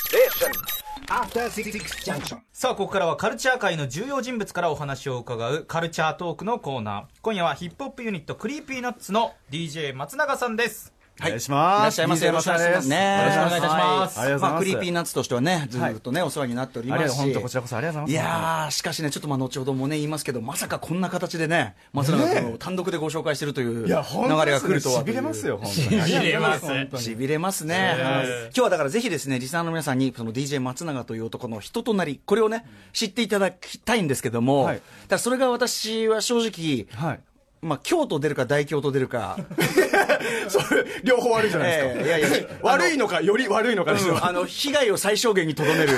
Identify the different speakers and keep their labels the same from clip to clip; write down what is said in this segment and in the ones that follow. Speaker 1: Station. After Six Junction.
Speaker 2: さあ、ここからはカルチャー界の重要人物からお話を伺うカルチャートークのコーナー。今夜はヒップホップユニットクリーピーナッツの DJ 松永さんです。
Speaker 3: はい
Speaker 4: お願いしま
Speaker 3: い
Speaker 4: す
Speaker 3: らっしゃいませ。
Speaker 4: DJ
Speaker 3: よろしくお願いします。
Speaker 4: 松永
Speaker 3: ね
Speaker 4: です
Speaker 2: よろしくお願いいたします
Speaker 4: ありがとうございます
Speaker 3: あ、クリーピーナッツとしてはね、ずっとね、お世話になっており
Speaker 4: あり
Speaker 3: ま
Speaker 4: が
Speaker 3: す
Speaker 4: とう
Speaker 3: し。
Speaker 4: 本当こちらこそありがとうご
Speaker 3: い
Speaker 4: ざいます
Speaker 3: やー、しかしね、ちょっとまあ後ほどもね、言いますけど、まさかこんな形でね、松永君を単独でご紹介してるという流れが来るとは。
Speaker 4: しびれますよ、本当に。
Speaker 2: 入れます。
Speaker 3: しびれますね、はい今日はだからぜひですねリスナーの皆さんにその DJ 松永という男の人となりこれをね知っていただきたいんですけども、
Speaker 4: はい
Speaker 3: だからそれが私は正直、
Speaker 4: はい。
Speaker 3: まあ、京都出るか大京都出るか
Speaker 4: それ、両方悪いじゃないですか。
Speaker 3: ええいやいや
Speaker 4: 悪いのか、より悪いのかですよ。
Speaker 3: あの被害を最小限にとど める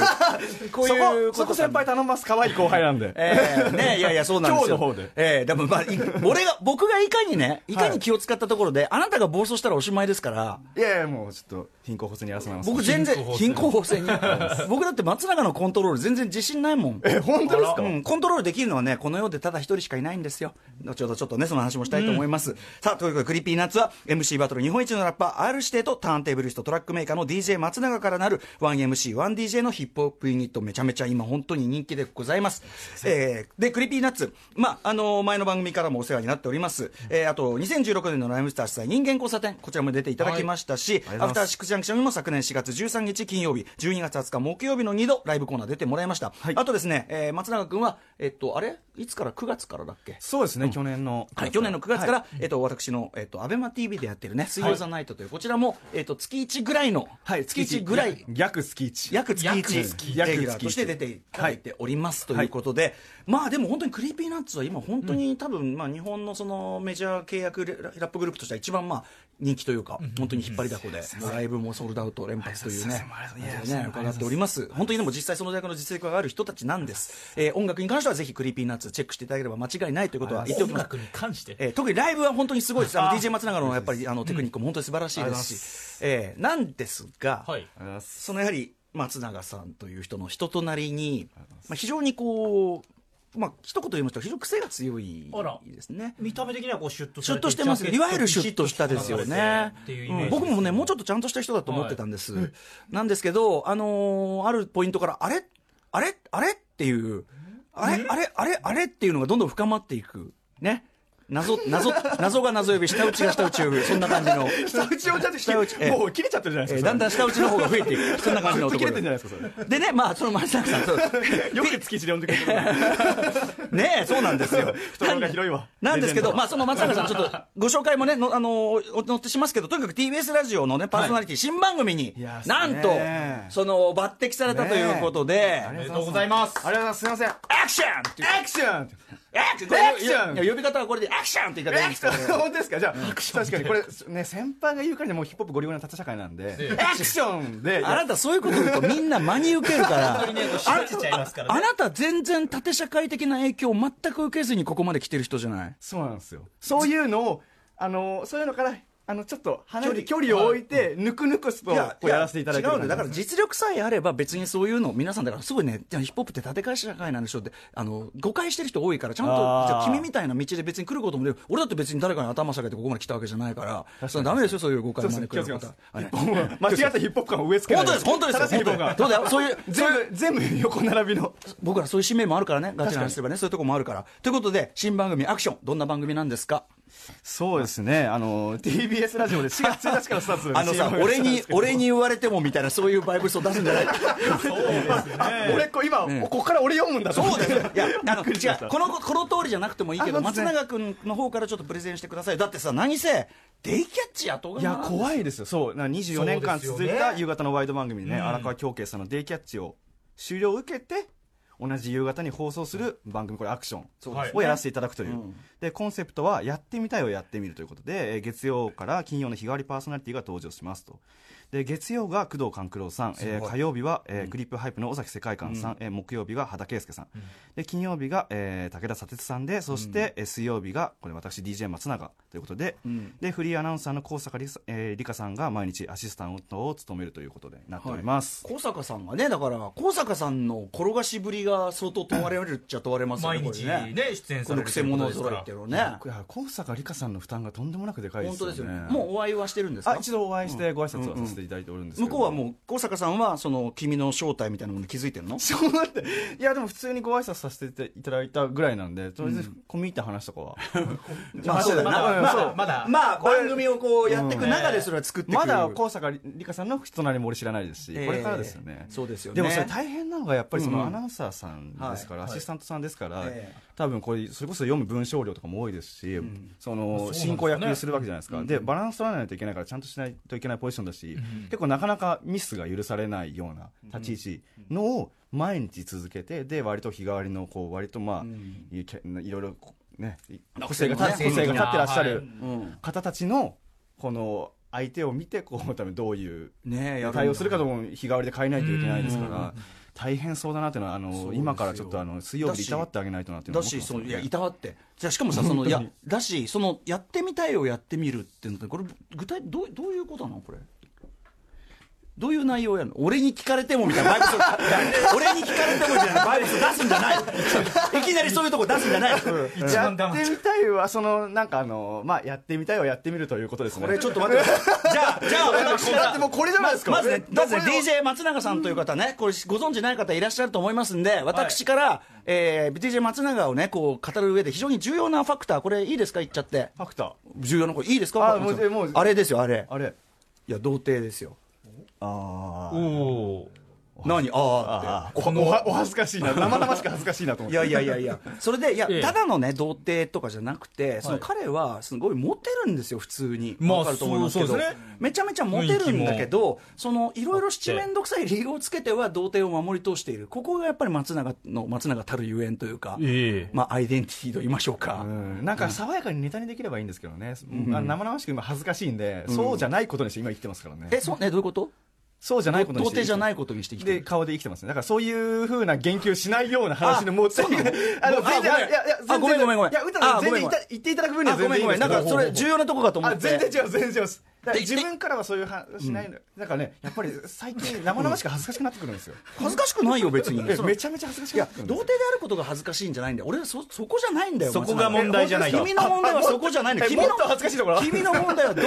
Speaker 3: こう
Speaker 4: そ
Speaker 3: いうこ
Speaker 4: こ、
Speaker 3: と
Speaker 4: そこ
Speaker 3: か
Speaker 4: 先輩頼ます。可愛い後輩なんで。
Speaker 3: ええ ねいやいや、そうなんですよ。
Speaker 4: 今日の方で
Speaker 3: ええでもまあ、い俺が、僕がいかにね、いかに気を使ったところで、あなたが暴走したらおしまいですから、
Speaker 4: いやいや、もうちょっと、貧困補正にやらせてもらいます。
Speaker 3: 僕全然、
Speaker 2: 貧
Speaker 3: 貧困法制に。 僕だって松永のコントロール全然自信ないもん。
Speaker 4: え、本当ですか
Speaker 3: うん、コントロールできるのはね、この世でただ一人しかいないんですよ。後ほどちょっとね、その話もしたいと思います。さあ、ということで、クリーピーナッツは、MC バトル日本一のラッパー、R 指定とターンテーブリスト、トラックメーカーの DJ 松永からなる、1MC、1DJ のヒップホップユニット、めちゃめちゃ今本当に人気でございます。えーで、クリーピーナッツ、まあ、あの前の番組からもお世話になっております。えーあと、2016年のライムスター主催、人間交差点、こちらも出ていただきましたし、
Speaker 4: りがとうございます
Speaker 3: アフターシックスジャンクションにも昨年4月13日金曜日、12月20日木曜日の2度、ライブコーナー出てもらいました。あとですね、えー松永君は、えっと、あれいつから ?9 月からだっけ
Speaker 4: そうですね、去年の。
Speaker 3: はい、去年の9月から、えっと、私の、えっと、アベマ TV でやってるね、水曜ザナイトという、こちらも、えっと、月1ぐらいの、
Speaker 4: はい、
Speaker 3: 月1ぐらい、
Speaker 4: 逆月1。
Speaker 3: 約月
Speaker 2: 約月
Speaker 3: 1、レギュラーとして出ていただいておりますということで、まあでも本当にクリーピーナッツは今本当に多分、まあ日本のそのメジャー契約レラップグループとしては一番まあ人気というか、本当に引っ張りだこで、ライブもソールドアウト連発というね、感じでね伺っております。本当にでも実際その大学の実力がある人たちなんです。えー音楽に関してはぜひクリーピーナッツチェックしていただければ間違いないということは言っておき
Speaker 2: 音
Speaker 3: ます
Speaker 2: 楽。に関して。
Speaker 3: えー特にライブは本当にすごいです、あの DJ 松永のやっぱりあのテクニックも本当に素晴らしいですし、えーなんですが、
Speaker 2: はい。
Speaker 4: ありがとうございます
Speaker 3: そのやはり松永さんという人の人となりに、まあ、非常にこう、まあ一言言いますと、非常に癖が強い
Speaker 2: あら
Speaker 3: ですね。
Speaker 2: 見た目的にはこうシュッと
Speaker 3: シュッとしてます、いわゆるシュッとしたですよね
Speaker 2: っていうイメー、ジ。
Speaker 3: うん僕もね、もうちょっとちゃんとした人だと思ってたんです、なんですけど、あのーあるポイントから、あれ、あれ、あれっていう、あれ、あれ、あれ、あれっていうのがどんどん深まっていく、ね、謎、謎、謎が謎呼び、下打ちが下打ち呼び、そんな感じの、
Speaker 4: 下打ちをちゃんと
Speaker 3: 下打ちえ
Speaker 4: 切
Speaker 3: え
Speaker 4: もう切れちゃってるじゃない
Speaker 3: え
Speaker 4: で
Speaker 3: ー
Speaker 4: すか。
Speaker 3: だんだん
Speaker 4: ず
Speaker 3: 下打ちの方が増えてい く、そんな感じの
Speaker 4: っと
Speaker 3: 男
Speaker 4: 切れ
Speaker 3: で
Speaker 4: てるじゃないですか、それ。
Speaker 3: でね、まあ、その松 永さん、そう
Speaker 4: よく月1で呼んでくれてる。
Speaker 3: ねえ、そうなんですよ。
Speaker 4: 懐が広いわ
Speaker 3: なんですけ
Speaker 4: レ
Speaker 3: ど、
Speaker 4: ジェンドは
Speaker 3: まあ、その松永さん、ちょっとご紹介もね、のあのおお載ってしますけど、とにかく TBS ラジオのね、パーソナリティ、新番組に
Speaker 4: いや、ー
Speaker 3: なんと
Speaker 4: ね、え
Speaker 3: その、抜擢されたということで、
Speaker 2: ありがとうございます。
Speaker 4: ありがとうございます。すいま
Speaker 3: アクションっていう
Speaker 4: せん。アクション
Speaker 3: アクショ
Speaker 4: アクション
Speaker 3: ンいや呼び方はこれで、アクションって言い方がいいんですけど、
Speaker 4: 本当ですかじゃあ確かにこれね先輩が言うからにはもうヒップホップゴリゴリの縦社会なんでアクションで
Speaker 3: あなたそういうこと言うとみんな真に受ける から。
Speaker 2: ね信じちゃいますからね
Speaker 3: あなた全然縦社会的な影響を全く受けずにここまで来てる人じゃない
Speaker 4: そうなんですよそういうのをあのそういうのからあのちょっと離れて距離を置いてぬくぬくとこうやらせていただいて
Speaker 3: 違
Speaker 4: る
Speaker 3: うんだよだから実力さえあれば別にそういうの皆さんだからすごいねじゃあヒップホップって縦会社会なんでしょうってあの誤解してる人多いからちゃんとじ
Speaker 4: あー
Speaker 3: ゃあ君みたいな道で別に来ることもできる俺だって別に誰かに頭下げてここまで来たわけじゃないからそれはダメですよそういう誤解
Speaker 4: そう
Speaker 3: を
Speaker 4: です
Speaker 3: 招く
Speaker 4: ね気を
Speaker 3: よう
Speaker 4: つけ
Speaker 3: な
Speaker 4: ま
Speaker 3: こ
Speaker 4: す
Speaker 3: とはね
Speaker 4: 間違ったヒップホップ感を植え付け
Speaker 3: 本当です本当ですよ
Speaker 4: 正しいヒップホップ
Speaker 3: 本
Speaker 4: 感
Speaker 3: 当そうだよそういう
Speaker 4: 全部全部横並びの
Speaker 3: 僕らそういう使命もあるからねガチな話すればねそういうとこもあるからということで新番組アクションどんな番組なんですか
Speaker 4: そうですねあの TBS ラジオで4月1日からスタートする
Speaker 3: あのさ
Speaker 4: CM
Speaker 3: 俺に俺に言われてもみたいなそういうバイブスを出すんじゃない
Speaker 4: あ俺こう今ここから俺読むんだと思
Speaker 3: そ
Speaker 4: っ
Speaker 3: う
Speaker 4: て
Speaker 3: ですよ。いや、あの、違う
Speaker 4: びっくりしました、
Speaker 3: この、この通りじゃなくてもいいけど、
Speaker 4: あ本当
Speaker 3: 松
Speaker 4: ね
Speaker 3: 永君の方からちょっとプレゼンしてください。だってさ、何せ、デイキャッチ後が。
Speaker 4: いや怖いですよそうなんか24年間
Speaker 2: そうです
Speaker 4: 続
Speaker 2: よ
Speaker 4: い
Speaker 2: ね
Speaker 4: た夕方のワイド番組でね荒川京慶さんの「デイキャッチ」を終了を受けて同じ夕方に放送する番組これアクショ
Speaker 3: そう
Speaker 2: です
Speaker 4: ン
Speaker 2: ね
Speaker 4: をやらせていただくという、
Speaker 3: うん
Speaker 4: でコンセプトは「やってみたいをやってみる」ということでえー月曜から金曜の日替わりパーソナリティが登場しますとで月曜が工藤官九郎さん、えー火曜日は、えークリップハイプの尾崎世界観さん、えー木曜日が羽田圭介さん、で金曜日が、えー武田砂鉄さんでそして、えー水曜日がこれ私 DJ 松永ということで、でフリーアナウンサーの高坂理香、えー理香さんが毎日アシスタントを務めるということでなっております、
Speaker 3: 小坂さんがね、だから、小坂さんの転がしぶりが相当問われるっちゃ問われますよね。
Speaker 2: 毎日
Speaker 3: これ
Speaker 2: ね、出演
Speaker 3: こ
Speaker 2: さ
Speaker 3: の
Speaker 2: れる
Speaker 3: く
Speaker 2: と
Speaker 3: せ
Speaker 2: いうこと
Speaker 3: 者
Speaker 2: ですか
Speaker 3: 揃い
Speaker 2: ら
Speaker 3: っていうのね。
Speaker 4: いや高坂理香さんの負担がとんでもなくでかいで
Speaker 3: 本
Speaker 4: す
Speaker 3: 当
Speaker 4: よ
Speaker 3: です
Speaker 4: ね
Speaker 3: よね。もうお会いはしてるんです
Speaker 4: あ
Speaker 3: か
Speaker 4: 一度お会いしてご挨拶はさせていただきました、ていただいておるんですけ
Speaker 3: 向
Speaker 4: ど
Speaker 3: こうはもう小坂さんはその君の正体みたいなものに気づいてんの
Speaker 4: そうなんだいやでも普通にご挨拶させていただいたぐらいなんでとりあえず込み入った話とか は、
Speaker 3: まあそうだよ
Speaker 2: ま
Speaker 3: な
Speaker 2: だ
Speaker 4: ま
Speaker 2: ま
Speaker 4: あ
Speaker 2: だまだ
Speaker 3: まあ番組をこうやっていく中でそれは作っていく
Speaker 4: まだ高坂理香さんの人なりも俺知らないですし、これからですよね
Speaker 3: そうですよね
Speaker 4: でもそれ大変なのがやっぱりそ
Speaker 3: うんう
Speaker 4: の
Speaker 3: ん
Speaker 4: アナウンサーさんですから、
Speaker 3: はい
Speaker 4: アシスタントさんですから、
Speaker 3: ええ
Speaker 4: 多分これそれこそ読む文章量とかも多いですし、その進行役にするわけじゃないですか、でバランス取らないといけないからちゃんとしないといけないポジションだし、結構なかなかミスが許されないような立ち位置のを毎日続けてで割と日替わりのこう割とまあ、いけいろいろこうね個性が立
Speaker 2: 個
Speaker 4: 個
Speaker 2: 性
Speaker 4: 性
Speaker 2: が立っ
Speaker 4: が立ってて
Speaker 2: ら
Speaker 4: ら
Speaker 2: っ
Speaker 4: っ
Speaker 2: し
Speaker 4: し
Speaker 2: ゃ
Speaker 4: ゃ
Speaker 2: る
Speaker 4: る方たちのこの相手を見てこう多分どういう
Speaker 3: ねえやるんだ
Speaker 4: 対応するかとも日替わりで変えないといけないですから大変そうだなっていうのはあ
Speaker 3: です
Speaker 4: の
Speaker 3: よ
Speaker 4: 今からちょっとあの水曜日でいたわってあげないとなっていうの
Speaker 3: だ
Speaker 4: は思って
Speaker 3: し
Speaker 4: ます
Speaker 3: そう
Speaker 4: ね
Speaker 3: いやいたわってじゃあしかもさそのいやだしそのやってみたいをやってみるっていうのってこれ具体どうどういうことなのこれどういう内容やるの俺に聞かれてもみたいなバイブス俺に聞かれてもみたいなバイブス出すんじゃない いきなりそういうとこ出すんじゃない
Speaker 2: 一
Speaker 4: や
Speaker 2: 番
Speaker 4: っ
Speaker 2: 黙って
Speaker 4: てみたいはそのなんかあのまあやってみたいはやってみるということですね
Speaker 3: これちょっと待ってくださいじゃあじ ゃあ私
Speaker 4: だ
Speaker 3: か
Speaker 4: って
Speaker 3: ら
Speaker 4: もうこれじゃないですか
Speaker 3: まずね、まずね
Speaker 4: これを
Speaker 3: DJ 松永さんという方ね、これ、ご存知ない方いらっしゃると思いますんで、私から、えー DJ 松永をね、こう語る上で、非常に重要なファクター、これ、いいですか、言っちゃって、
Speaker 4: ファクター
Speaker 3: 重要なこれ、いいですか、
Speaker 4: あ
Speaker 3: ファクター
Speaker 4: もうもう
Speaker 3: あれですよ、あれ、
Speaker 4: あれ
Speaker 3: いや、童貞ですよ、
Speaker 4: あ
Speaker 2: おお
Speaker 3: 何、ああ
Speaker 4: あ
Speaker 3: っ
Speaker 4: このおはお恥ずかしいな生々しく恥ずかしいなと思
Speaker 3: て、
Speaker 4: っ
Speaker 3: い
Speaker 4: て
Speaker 3: やいやいやいや、それで、いや
Speaker 2: ええ、
Speaker 3: ただのね、童貞とかじゃなくて、その彼は、すごいモテるんですよ、普通に、
Speaker 2: まあ
Speaker 3: わかると思いますけ
Speaker 2: そ
Speaker 3: ど
Speaker 2: うそうですね、
Speaker 3: めちゃめちゃモテるんだけど、そのいろいろ七面倒くさい理由をつけては、童貞を守り通している、ここがやっぱり松永の松永たるゆえんというか。
Speaker 2: ええ
Speaker 3: まあ、アイデンティティと言いましょうか、
Speaker 4: うんなんか爽やかにネタにできればいいんですけどね、あの生々しく今恥ずかしいんで、そうじゃないことにして今生きてますからね
Speaker 3: えそうねどういうこと
Speaker 4: そうじゃないこと
Speaker 3: 童
Speaker 4: にして
Speaker 3: 貞じゃないいことにしてきて
Speaker 4: で
Speaker 3: る
Speaker 4: 顔で生きてますねだからそういうふうな言及しないような話のもう
Speaker 3: そうなの
Speaker 4: あの
Speaker 3: ごめん
Speaker 4: 全然
Speaker 3: あごめん
Speaker 4: いやい
Speaker 3: あごめんごめんごめん
Speaker 4: や全然いや歌さ
Speaker 3: あ
Speaker 4: ん
Speaker 3: ご
Speaker 4: 全然
Speaker 3: めんごめ
Speaker 4: 言っ
Speaker 3: ん
Speaker 4: た言っていただく分には
Speaker 3: あ
Speaker 4: 全
Speaker 3: ごめ
Speaker 4: 然
Speaker 3: んごめん
Speaker 4: いいんで
Speaker 3: な
Speaker 4: すけ
Speaker 3: んか
Speaker 4: ど
Speaker 3: それ重要なとこかと思っ
Speaker 4: あ
Speaker 3: て
Speaker 4: 全然違う全然違うだから
Speaker 3: で
Speaker 4: 自分からはそういう話しないの、なんかねやっぱり最近生々しく恥ずかしくなってくるんですよ、
Speaker 3: 恥ずかしくないよ別に
Speaker 4: え
Speaker 3: その
Speaker 4: めちゃめちゃ恥ずかし
Speaker 3: い
Speaker 4: くな
Speaker 3: や
Speaker 4: ってくるんで
Speaker 3: 童
Speaker 4: すよ
Speaker 3: 貞であることが恥ずかしいんじゃないんだよ俺はそそこじゃないんだよ
Speaker 2: そこ
Speaker 3: 松永
Speaker 2: が問題じゃない
Speaker 3: 君の問題はそこじゃないの
Speaker 4: え
Speaker 3: 君の
Speaker 4: もっと恥ずかしいところ
Speaker 3: 君の問題は 童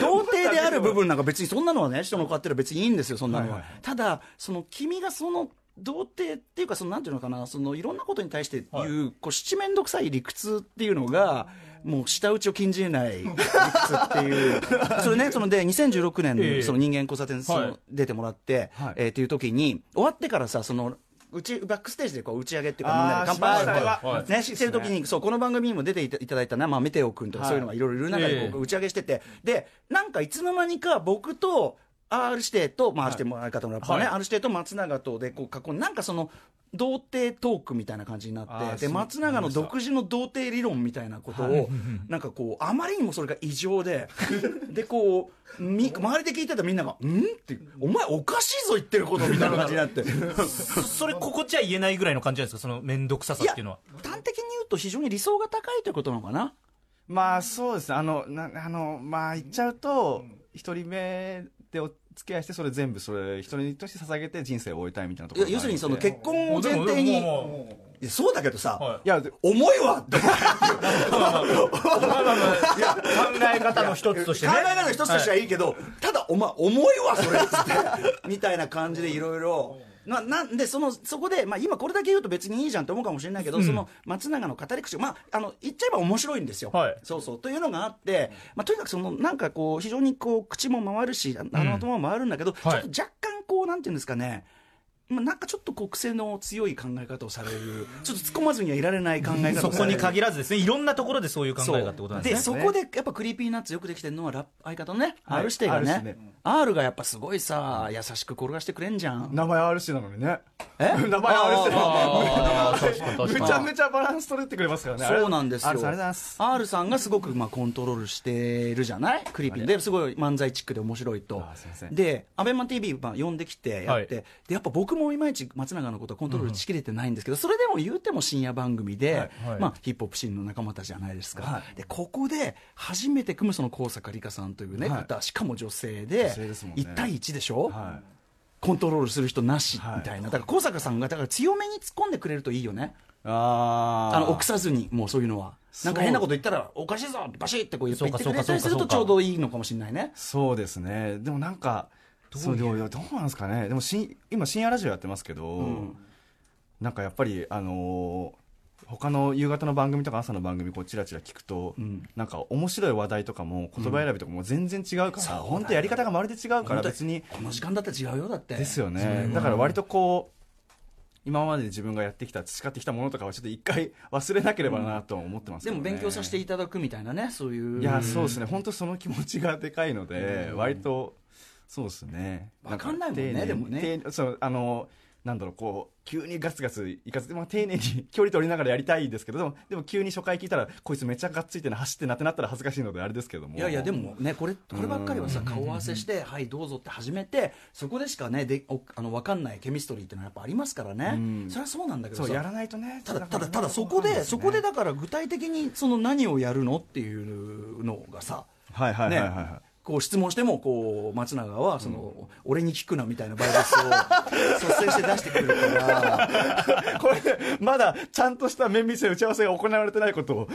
Speaker 3: 童貞である部分なんか別にそんなのはね人の勝手は別にいいんですよそんなのは、
Speaker 4: はいは
Speaker 3: ただその君がその童貞っていうかそのなんていうのかなそのいろんなことに対して言う,、こう七面倒くさい理屈っていうのがもう舌打ちを禁じ得ない理屈っていう それねそので2016年
Speaker 2: ええ
Speaker 3: のその人間交差点その、
Speaker 2: はい
Speaker 3: 出てもらって、
Speaker 4: はい
Speaker 3: えーっていう時に終わってからさそのうちバックステージでこう打ち上げっていうかみんなで乾
Speaker 4: あーしました
Speaker 3: 杯
Speaker 4: ね
Speaker 2: は
Speaker 3: ね、してる時に、そう、この番組にも出ていたいただいたな、まあ、メテオ君とかそういうのがいろいろいる中
Speaker 2: ええ
Speaker 3: で、こう打ち上げしてて、で、なんかいつの間にか僕と、R 指定と、まあ、R 指定も相方のラッパーね、
Speaker 2: はい
Speaker 3: R 指定と松永とで、こう、囲んなんかその、童貞トークみたいな感じにな
Speaker 4: あ
Speaker 3: っ
Speaker 4: ー
Speaker 3: て、で、
Speaker 4: そう
Speaker 3: 松永の独自の童貞理論みたいなことを、なんかこう、あまりにもそれが異常で、 で、こう、み周りで聞いてたみんなが、んって、お前おかしいぞ言ってることみたいな感じになって。
Speaker 2: そそれここじゃ言えないぐらいの感じなんですかその面倒くささっていうのは
Speaker 3: 端的に言うと非常に理想が高いということなのかな
Speaker 4: まあそうですねあのなあのまあ言っちゃうと一、人目でお付き合いしてそれ全部それ人にとして捧げて人生を終えたいみたいなとこ
Speaker 3: い
Speaker 4: ろ
Speaker 3: や要するにその
Speaker 4: 結
Speaker 3: 結婚を
Speaker 2: で
Speaker 3: 前
Speaker 2: も
Speaker 3: 提に
Speaker 2: でもも
Speaker 3: い
Speaker 2: う
Speaker 3: やそうだけどさ、
Speaker 2: はい
Speaker 4: やで
Speaker 3: 重いわって考
Speaker 2: まあまあまあいや考え方の一つとし
Speaker 3: え
Speaker 2: てね
Speaker 3: 方の一つとしてはいいけど、ただお前重いわそれっつってみたいな感じでいろいろ。ななんでそのそこで、まあ、今これだけ言うと別にいいじゃんと思うかもしれないけど、その松永の語り口、まあ、あの言っちゃえば面白いんですよ、
Speaker 2: はい
Speaker 3: そうそうというのがあって、まあ、とにかくそのなんかこう非常にこう口も回るしああの頭も回るんだけど、ちょっ
Speaker 2: はい
Speaker 3: と若干こうなんていうんですかね、まあ、なんかちょっとこう癖の強い考え方をされるちょっと突っ込まずにはいられない考え方
Speaker 2: そ
Speaker 3: をさ
Speaker 2: こ
Speaker 3: れ
Speaker 2: に
Speaker 3: る
Speaker 2: 限らずですねいろんなところでそういう考えがってことなんですね
Speaker 3: そこでやっぱクリーピーナッツよくできてるのはラップ相方のね、
Speaker 4: はい
Speaker 3: R 指定が
Speaker 4: R 指
Speaker 3: ね
Speaker 4: 定
Speaker 3: R がやっぱすごいさ優しく転がしてくれんじゃん
Speaker 4: 名前 RC なのにね
Speaker 3: え
Speaker 4: 名前 RC
Speaker 2: あー確かに確か
Speaker 4: め
Speaker 2: に
Speaker 4: ちゃめちゃバランス取れてくれますからね
Speaker 3: そうなんですよ
Speaker 4: ありがとうございます
Speaker 3: R さんがすごくまあコントロールしてるじゃないクリーピーですごい漫才チックで面白いと
Speaker 4: あすいません
Speaker 3: で ABEMATV まあ呼んできてやって、
Speaker 2: は
Speaker 3: でやっぱ僕もいまいち松永のことはコントロールしきれてないんですけど、それでも言うても深夜番組で、
Speaker 2: はい
Speaker 3: まあ、ヒップホップシーンの仲間たちじゃないですか、でここで初めて組むその高坂里香さんという、ね
Speaker 4: はい
Speaker 3: 方しかも女性で
Speaker 4: 女性ですもんね
Speaker 3: 1対1でしょ、
Speaker 4: は
Speaker 3: コントロールする人なし
Speaker 4: はい
Speaker 3: みたいな、だから高坂さんがだから強めに突っ込んでくれるといいよね
Speaker 4: いあ
Speaker 3: あの臆
Speaker 4: さん
Speaker 3: さずにもうそういうのはなんか変なこと言ったらおかしいぞバシッてこう言って言ってくれたりする
Speaker 2: そ
Speaker 3: と
Speaker 2: うか
Speaker 3: ち
Speaker 2: そ
Speaker 3: ょ
Speaker 2: うかそうか
Speaker 3: うどいいのかもしれないね
Speaker 4: そうですねでもなんかそうでもいやどうなんですかねでもしん今深夜ラジオやってますけど、なんかやっぱりあのー他の夕方の番組とか朝の番組こうチラチラ聞くと、なんか面白い話題とかも言葉選びとかも全然違うから、本当やり方がまるで違うから別に
Speaker 3: この時間だって違うよだって
Speaker 4: ですよねだから割とこう今まで自分がやってきた培ってきたものとかはちょっと一回忘れなければなとは思ってますけ
Speaker 3: で
Speaker 4: ど
Speaker 3: も
Speaker 4: ね
Speaker 3: 勉強させていただくみたいなねそういう
Speaker 4: いやそうですね本当その気持ちがでかいので割とそうですね
Speaker 3: わかんないもんね
Speaker 4: 丁寧に
Speaker 3: でもね
Speaker 4: 丁寧そうあのなんだろうこう急にガツガツいかず、まあ、丁寧に 距離取りながらやりたいですけどでもでも急に初回聞いたらこいつめちゃがっついてな走ってなってなったら恥ずかしいのであれですけども
Speaker 3: いやいやでもねこれこればっかりはさ顔合わせしてはいどうぞって始めてそこでしかねでおあの分かんないケミストリーってのはやっぱありますからねそれはそうなんだけど
Speaker 4: そう
Speaker 3: さ
Speaker 4: やらないとね
Speaker 3: ただただただそこでそこでだから具体的にその何をやるのっていうのがさ
Speaker 4: はいはいはいはいはい、
Speaker 3: ねこう質問してもこう松永はその俺に聞くなみたいなバイブスを 率先して出してくるから
Speaker 4: これ、まだちゃんとした面密な打ち合わせが行われてないことを、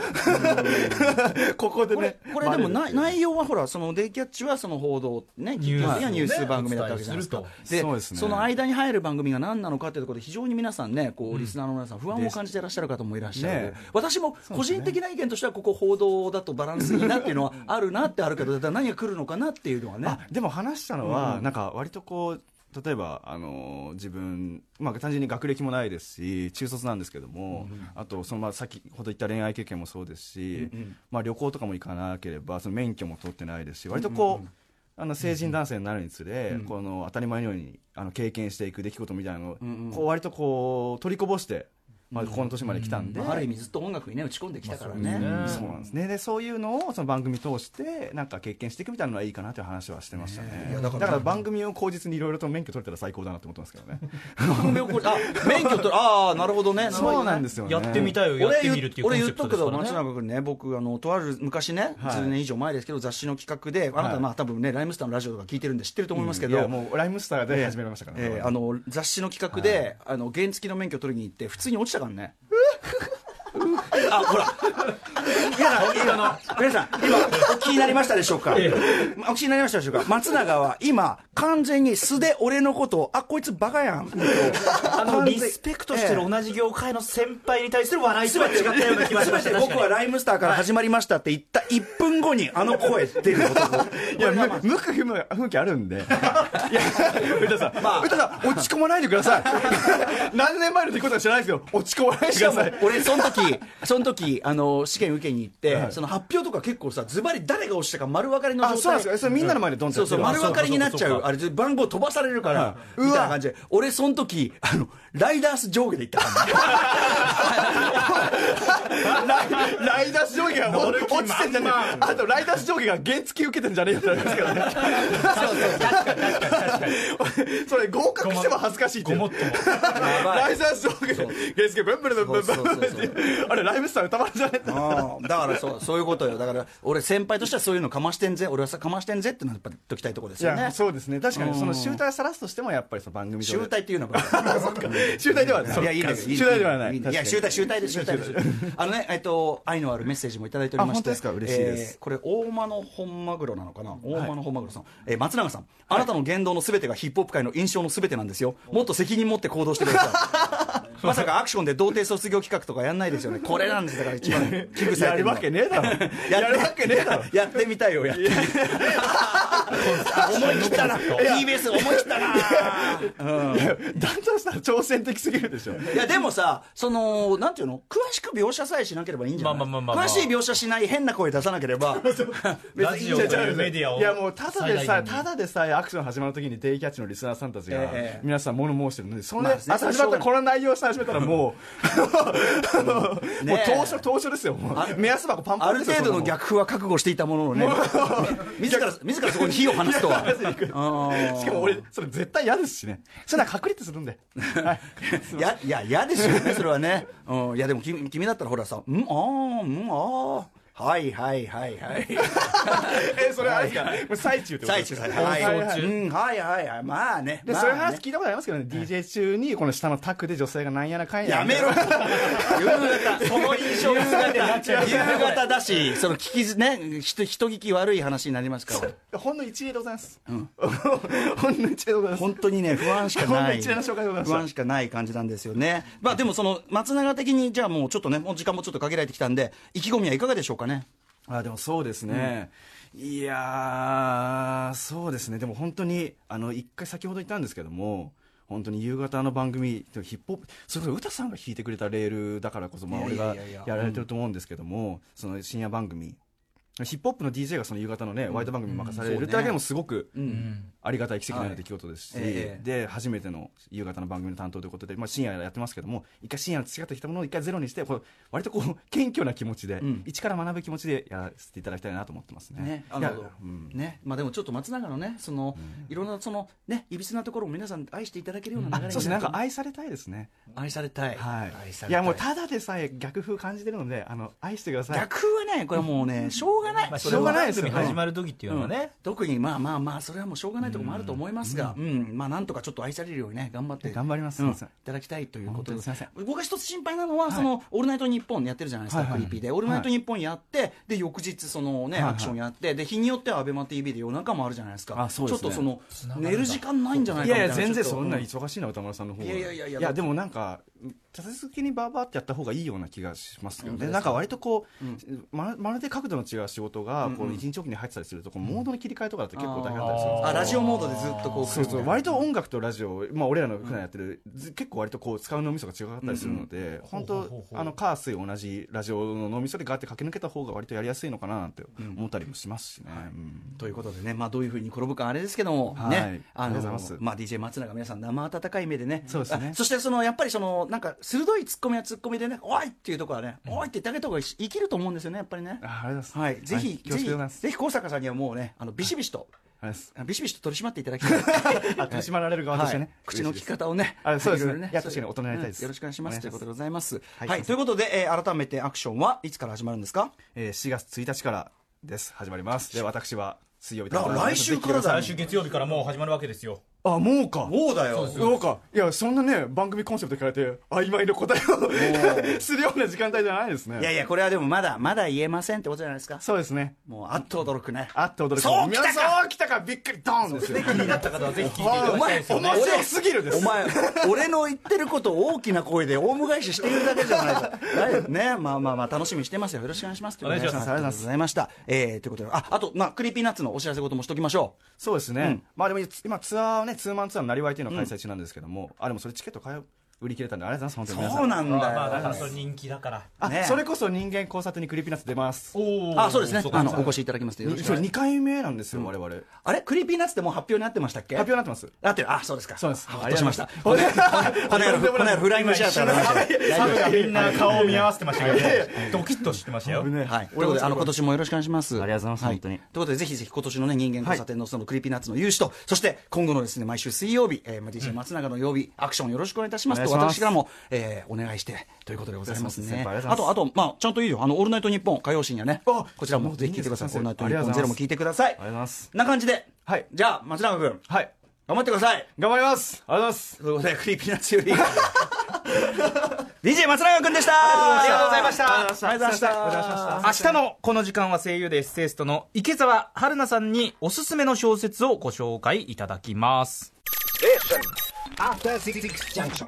Speaker 4: ここで
Speaker 3: こ
Speaker 4: ね
Speaker 3: れ、これでも
Speaker 4: バレ
Speaker 3: な内容はほらそのデイキャッチはその報道ね
Speaker 2: ニュース
Speaker 3: 企業や
Speaker 2: ね
Speaker 3: ニュース番組だったわけじゃないですか
Speaker 2: お伝
Speaker 4: えするとそう
Speaker 3: で
Speaker 4: ですね
Speaker 3: その間に入る番組が何なのかというところで非常に皆さんねこうリスナーの皆さん不安を感じていらっしゃる方もいらっしゃる、
Speaker 4: ね
Speaker 3: 私も個人的な意見としてはここ報道だとバランスいいなっていうのはあるなってあるけど だから何が来るのかなっていうのはね
Speaker 4: あでも話したのは、なんか割とこう例えば、あのー自分、まあ、単純に学歴もないですし中卒なんですけども、あとその、まあ、先ほど言った恋愛経験もそうですし、まあ、旅行とかも行かなければその免許も取ってないですし割とこう。あの成人男性になるにつれ、この当たり前のようにあの経験していく出来事みたいなのを、こう割とこう取りこぼして、まあ、この年まで来たんで、
Speaker 3: まあある意味ずっと音楽にね打ち込んできたからね,、
Speaker 4: うんそうなんですねでそういうのをその番組通してなんか経験していくみたいなのがいいかなという話はしてましたね、だから番組を口実にいろいろと免許取れたら最高だなと思ってますけどね
Speaker 3: 番 組をこうあ免許取るああなるほどねるほどね
Speaker 4: そうなんですよね
Speaker 2: やってみたいをやっ
Speaker 3: 俺
Speaker 2: て
Speaker 3: 言
Speaker 2: みるっていうコン
Speaker 3: 俺
Speaker 2: セ
Speaker 3: 言っ
Speaker 2: プト
Speaker 3: と
Speaker 2: で
Speaker 3: くけ
Speaker 2: すか
Speaker 3: ど、
Speaker 2: ら
Speaker 3: 松
Speaker 2: ね。
Speaker 3: 永君ね、僕、あのとある昔ね、
Speaker 4: はい
Speaker 3: 10年以上前ですけど、雑誌の企画で、あなた、
Speaker 4: はい
Speaker 3: まあ多分ね、ライムスターのラジオとか聞いてるんで知ってると思いますけ
Speaker 4: い
Speaker 3: ど、
Speaker 4: やもうライムスターで始めましたからね、
Speaker 3: えーあの雑誌の企画で、あの原付の免許取りに行って、普通に落ちたからね。あほら皆さん今皆さん今お気になりましたでしょうか、
Speaker 2: え
Speaker 3: お気になりましたでしょうか松永は今完全に素で俺のことをあこいつバカやん
Speaker 2: あ
Speaker 3: あ
Speaker 2: の、リスペクトしてる同じ業界の先輩に対する笑いとは違ったような気がしまし た。
Speaker 3: 僕はライムスターから始まりましたって言った1分後にあの声出る男
Speaker 4: いやむ向く雰囲気雰囲気あるんでいや宇多さん、宇多さん落ち込まないでください何年前の出来事か知らないですけど落ち込まないでください
Speaker 3: 俺その時その時あの試験受けに行って、その発表とか結構さズバリ誰が落ちたか丸分かりの状
Speaker 4: あ
Speaker 3: 態
Speaker 4: そうなんですかそれみんなの前でドンって
Speaker 3: そ
Speaker 4: や
Speaker 3: う
Speaker 4: っ
Speaker 3: そ
Speaker 4: て
Speaker 3: う
Speaker 4: る
Speaker 3: 丸分かりになっちゃ
Speaker 2: そう
Speaker 3: う
Speaker 2: か
Speaker 3: あれで番号飛ばされるから、みたいな感じで俺その時あのライダース上下で行ったからね
Speaker 4: ライライダース上下が落落ちてんじゃねえあとライダース上下が原付受けてんじゃねえよってなりますけどねそれ合格しても恥ずかしいっていう
Speaker 2: ごもっとも
Speaker 4: ライダース上下で原付ブンブルブンブンブンブンっていうあれライブスター歌丸じゃねえっ て
Speaker 3: うんだからそうそういうことよだから俺先輩としてはそういうのかましてんぜ俺はさかましてんぜってのはやっぱり言っときたいとこです
Speaker 4: い
Speaker 3: よね
Speaker 4: やそうですね確かにその集大さらすとしてもやっぱりその番組上
Speaker 3: 集
Speaker 4: で
Speaker 3: 大っていうのは
Speaker 4: 集大ではない
Speaker 3: いや、いいです。
Speaker 4: 集大ではない
Speaker 3: いや、集大、集大です、集大です。 あのね、えっと、愛のあるメッセージもいただいておりまして。
Speaker 4: あ本当ですか嬉しいです
Speaker 3: えーこれ、大間の本マグロなのかな大間の本マグロさん。えー、松永さん、あなたの言動のすべてがヒップホップ界の印象のすべてなんですよ。もっと責任持って行動してくだ さい。まさかアクションで童貞卒業企画とかやんないですよ ね。これなんです、だから一番危惧さ
Speaker 4: や
Speaker 3: れて
Speaker 4: る
Speaker 3: のは
Speaker 4: わけねえだろやるわけねえだろ
Speaker 3: やってみたいよ、やってみたい。思い切ったな。TBS 思い切ったな。
Speaker 4: だんだんしたら挑戦的すぎるでしょ
Speaker 3: いやでもさ、その、なんていうの、詳しく描写さえしなければいいんじゃない、
Speaker 2: まあまあまあまあ
Speaker 3: 詳しい描写しない、変な声出さなければ、
Speaker 2: ラジオというメディアを。
Speaker 4: いやもうただでさ
Speaker 2: 最大
Speaker 4: え
Speaker 2: 限に
Speaker 4: ただでさえアクション始まるときにデイキャッチのリスナーさんたちが
Speaker 3: ええ
Speaker 4: 皆さん物申してるのでそれ
Speaker 3: まあ
Speaker 4: で
Speaker 3: ね
Speaker 4: 朝始まったらこの内容して始めたらもうもう
Speaker 3: ねえ
Speaker 4: 当初当初ですよもう目安箱パン パ
Speaker 3: あ
Speaker 4: ン
Speaker 3: る
Speaker 4: ですよ
Speaker 3: 程度の
Speaker 4: そん
Speaker 3: 逆風は覚悟していたもののね、自ら、自らそこに火を放つとは。
Speaker 4: なもんしかも俺それ絶対嫌ですしねそれなら隠れてするんではい
Speaker 3: いや、いや、嫌ですよね、それはね。うん、いや、でも君、君だったらほらさ、うん、あー、うん、あー。
Speaker 1: はいはいはいはい。
Speaker 4: えそれあれですかもう最中ってこと
Speaker 3: 最
Speaker 4: です
Speaker 3: 中
Speaker 4: か
Speaker 3: 最中はい
Speaker 2: 放送中
Speaker 3: うんはいはいはいまあね
Speaker 4: で、
Speaker 3: まあ
Speaker 4: そういう話
Speaker 3: ね
Speaker 4: 聞いたことありますけどね、DJ 中にこの下のタクで女性がなんやらかんや
Speaker 3: やめ ろ夕方
Speaker 2: その印象がねなっちゃう
Speaker 3: 夕方だしその聞きね人人聞き悪い話になりますから
Speaker 4: ほんの一例でございます、 ほんの一例でございます
Speaker 3: 本当にね不安 しかない
Speaker 4: こんな一連の紹介でございまし
Speaker 3: 不
Speaker 4: た
Speaker 3: 安しかない感じなんですよねまあでもその松永的にじゃあもうちょっとねもう時間もちょっと限られてきたんで意気込みはいかがでしょうかね
Speaker 4: あでもそうですね、いやー、そうですね、でも本当に、あの一回先ほど言ったんですけども、本当に夕方の番組、でもヒップホップ、それこそ歌さんが弾いてくれたレールだからこそ、まあ、俺がやられてると思うんですけども、その深夜番組、ヒップホップの DJ がその夕方のね、ワイド番組に任されるってだけでもすごくありがたい奇跡の出来事ですし、
Speaker 3: はいええ
Speaker 4: で初めての夕方の番組の担当ということで、まあ、深夜やってますけども一回深夜培ってきたものを一回ゼロにしてこう割とこう謙虚な気持ちで、
Speaker 3: ん
Speaker 4: 一から学ぶ気持ちでやらせていただきたいなと思ってますね。
Speaker 3: ね、あ
Speaker 4: いや
Speaker 3: の、
Speaker 4: うん
Speaker 3: ね、まあでもちょっと松永のね、その、いろんなその、ね、いびつなところを皆さん愛していただけるような
Speaker 4: あ
Speaker 3: 流
Speaker 4: そ
Speaker 3: れに
Speaker 4: うですね、
Speaker 3: な
Speaker 4: なん
Speaker 3: ると
Speaker 4: か愛されたいですね。
Speaker 3: 愛されたい。
Speaker 4: はい
Speaker 1: 愛さ。れたい
Speaker 4: いや、もうただでさえ逆風感じてるので、あの、愛してください。
Speaker 3: 逆風はね、これはもうね、しょうがない。
Speaker 2: まあ
Speaker 4: しょうがないですよね
Speaker 2: 番組始まる時っていうのはね、
Speaker 3: 特にまあまあまあ、それはもうしょうがないところもあると思いますが、うん、まあなんとかちょっと愛されるようにね、頑張って。
Speaker 4: 頑張ります
Speaker 3: うんい
Speaker 4: すいま
Speaker 3: ただきたいということで。
Speaker 4: 本当にすいま
Speaker 3: 僕が一つ心配なのは、その、オールナイトニッポンやってるじゃないですか、
Speaker 4: はいはい
Speaker 3: クリーピーで。オールナイトニッポンやって、で、翌日、そのね、
Speaker 4: はいはい
Speaker 3: アクションやって、で、日によってはアベマ TV で夜中もあるじゃないですか。
Speaker 4: あそうですね
Speaker 3: ちょっとその、寝る時間ないんじゃない
Speaker 4: い
Speaker 3: か
Speaker 4: や
Speaker 3: みた
Speaker 4: い
Speaker 3: い
Speaker 4: や、
Speaker 3: な。
Speaker 4: 全然
Speaker 3: ちょっと
Speaker 4: そんな忙しいな、歌丸さんの方が。
Speaker 3: いやいやいやいや
Speaker 4: いや、でもなんか、立て続けにバーバーってやった方がいいような気がしますけど
Speaker 3: 本当です
Speaker 4: ね。
Speaker 3: か
Speaker 4: なんか割とこう、ままるで角度の違う仕事が、こ
Speaker 3: うんう
Speaker 4: うん一日おきに入ってたりすると、こうモードの切り替えとかだと結構大変だったりするんですけど
Speaker 3: あラジオモードでずっとこう
Speaker 4: そうそう
Speaker 3: 来る
Speaker 4: 割と音楽とラジオ、まあ、俺らの普段やってる、ず結構割とこう使う脳みそが違かったりするので、本
Speaker 2: ほうほう
Speaker 4: 当
Speaker 2: ほう
Speaker 4: あの火水同じラジオの脳みそでガーって駆け抜けた方が割とやりやすいのかななんて思ったりもしますしね、うん
Speaker 3: ということでね、まあ、どういうふうに転ぶかあれですけども、
Speaker 4: はい
Speaker 3: ね、あ
Speaker 4: あり
Speaker 3: の
Speaker 4: がとうございます
Speaker 3: まあ、DJ 松永皆さん生温かい目でね
Speaker 4: そうですね
Speaker 3: あそしてそのやっぱりそのなんか鋭いツッコミやツッコミでねおいっていうところはね、おいって言ってあげた方が生きると思うんですよねやっぱりね
Speaker 4: あありがとうございます、
Speaker 3: はい、ぜひ、
Speaker 4: 恐
Speaker 3: ぜひ、
Speaker 4: 縮でございます
Speaker 3: ぜひ、高坂さんにはもうね、あの、ビシビシと、
Speaker 4: ありがとうございます
Speaker 3: ビシビシと取り締まっていただきたい。
Speaker 4: あ取り締まられる側とし
Speaker 3: は
Speaker 4: て
Speaker 3: い
Speaker 4: ね、
Speaker 3: 口の利
Speaker 4: 嬉し
Speaker 3: き
Speaker 4: いです
Speaker 3: 方をね、
Speaker 4: あそうですね
Speaker 3: ろろ
Speaker 4: いや確かに大人になりたいです
Speaker 3: うんよろしくお願いします。
Speaker 4: お願い
Speaker 3: という
Speaker 4: しま
Speaker 3: こ
Speaker 4: す
Speaker 3: とでございます。は、
Speaker 4: はいい
Speaker 3: ということで、えー改めてアクションはいつから始まるんですか
Speaker 4: えー4月1日からです始まりますで私は水曜日
Speaker 3: ら来週からだよ
Speaker 2: 最終月曜日からもう始まるわけですよ
Speaker 4: あもうか
Speaker 3: もうだよ
Speaker 4: そうかいやそんなね番組コンセプト聞かれて曖昧な答えを するような時間帯じゃないですね
Speaker 3: いやいや、これはでもまだ、まだ言えませんってことじゃないですか。
Speaker 4: そうですね
Speaker 3: もう、あっと驚くね。
Speaker 4: あっと驚き
Speaker 3: そう来たか
Speaker 4: そう来たかびっくりドーンですよ
Speaker 2: 気になった方はぜひ聞いていた
Speaker 3: お
Speaker 2: だきたい
Speaker 3: 前
Speaker 2: で、す
Speaker 3: お
Speaker 2: よね
Speaker 3: 前、
Speaker 4: 面白すぎるです
Speaker 3: お前、俺の言ってることを大きな声で、オウム返ししているだけじゃないか。ないね、まあまあまあ、楽しみにしてますよ。よろしくお願いします。
Speaker 2: お願いします
Speaker 3: とうことでありがとうございました。えー、ということで、あ、あと、まあ、クリーピーナッツのお知らせ事もしときましょう。
Speaker 4: そうですね、まあでも今ツアーをねツーマンツアーのなりわいというのを開催中なんですけども、あでもそれチケット買い売り切れたんでありがとうございます本当に皆さん
Speaker 3: そうなんだよ。
Speaker 2: まあだからそれ人気だから
Speaker 4: あ、
Speaker 3: ね
Speaker 4: それこそ人間交差点にクリーピーナッツ出ます
Speaker 2: お
Speaker 3: あ、そうですね。あの、お越
Speaker 2: し
Speaker 3: しいただきますとよろしくお
Speaker 4: それ
Speaker 3: 願いし
Speaker 4: 2回目なんですよ、我々発
Speaker 3: ます。あれクリーピーナッツってもう発表になってましたっけ
Speaker 4: 表になってます
Speaker 3: なってる。あ、そうですか。
Speaker 4: そうです
Speaker 3: あほっとしました。
Speaker 4: あ
Speaker 3: こ
Speaker 4: りがとうございます
Speaker 3: の野郎、この野郎フライングシアターの話 で
Speaker 2: サブがみんな顔を見合わせてましたけどねドキッとしてましたよ
Speaker 3: はい、ということで、あの今年もよろしくお願いします。
Speaker 4: ありがとうございます
Speaker 3: は
Speaker 4: 本当に
Speaker 3: ということで、ぜひぜひ今年のね、人間交差点のそのクリーピーナッツの融資と、そして今後のですね、毎週水曜日、えー、まあ DJ 松永の曜日、アクションよろしくお願いいたしますと、
Speaker 4: お願いします
Speaker 3: 私からも、えー、お願いして、ということでございますね。
Speaker 4: お願いし
Speaker 3: あ
Speaker 4: ます
Speaker 3: と、あと、まあ、ちゃんといいよ、あの、オールナイトニッポン、火曜深夜ね。こ
Speaker 4: あ
Speaker 3: ちらもぜひ聞いてください。オールナイトニッポンゼロも聞いてください。
Speaker 4: ありがとうございます
Speaker 3: な感じで、
Speaker 4: はい
Speaker 3: じゃあ、松永君、
Speaker 4: はい
Speaker 3: 頑張ってください。
Speaker 4: 頑張りますありがとうございます
Speaker 3: ということで、クリーピーナッツよ り。DJ 松永君でした
Speaker 2: ありがとうございました
Speaker 3: ありがとうございました
Speaker 2: 明日のこの時間は声優でエッセイストの池澤春菜さんにおすすめの小説をご紹介いただきます
Speaker 1: After Six Junction.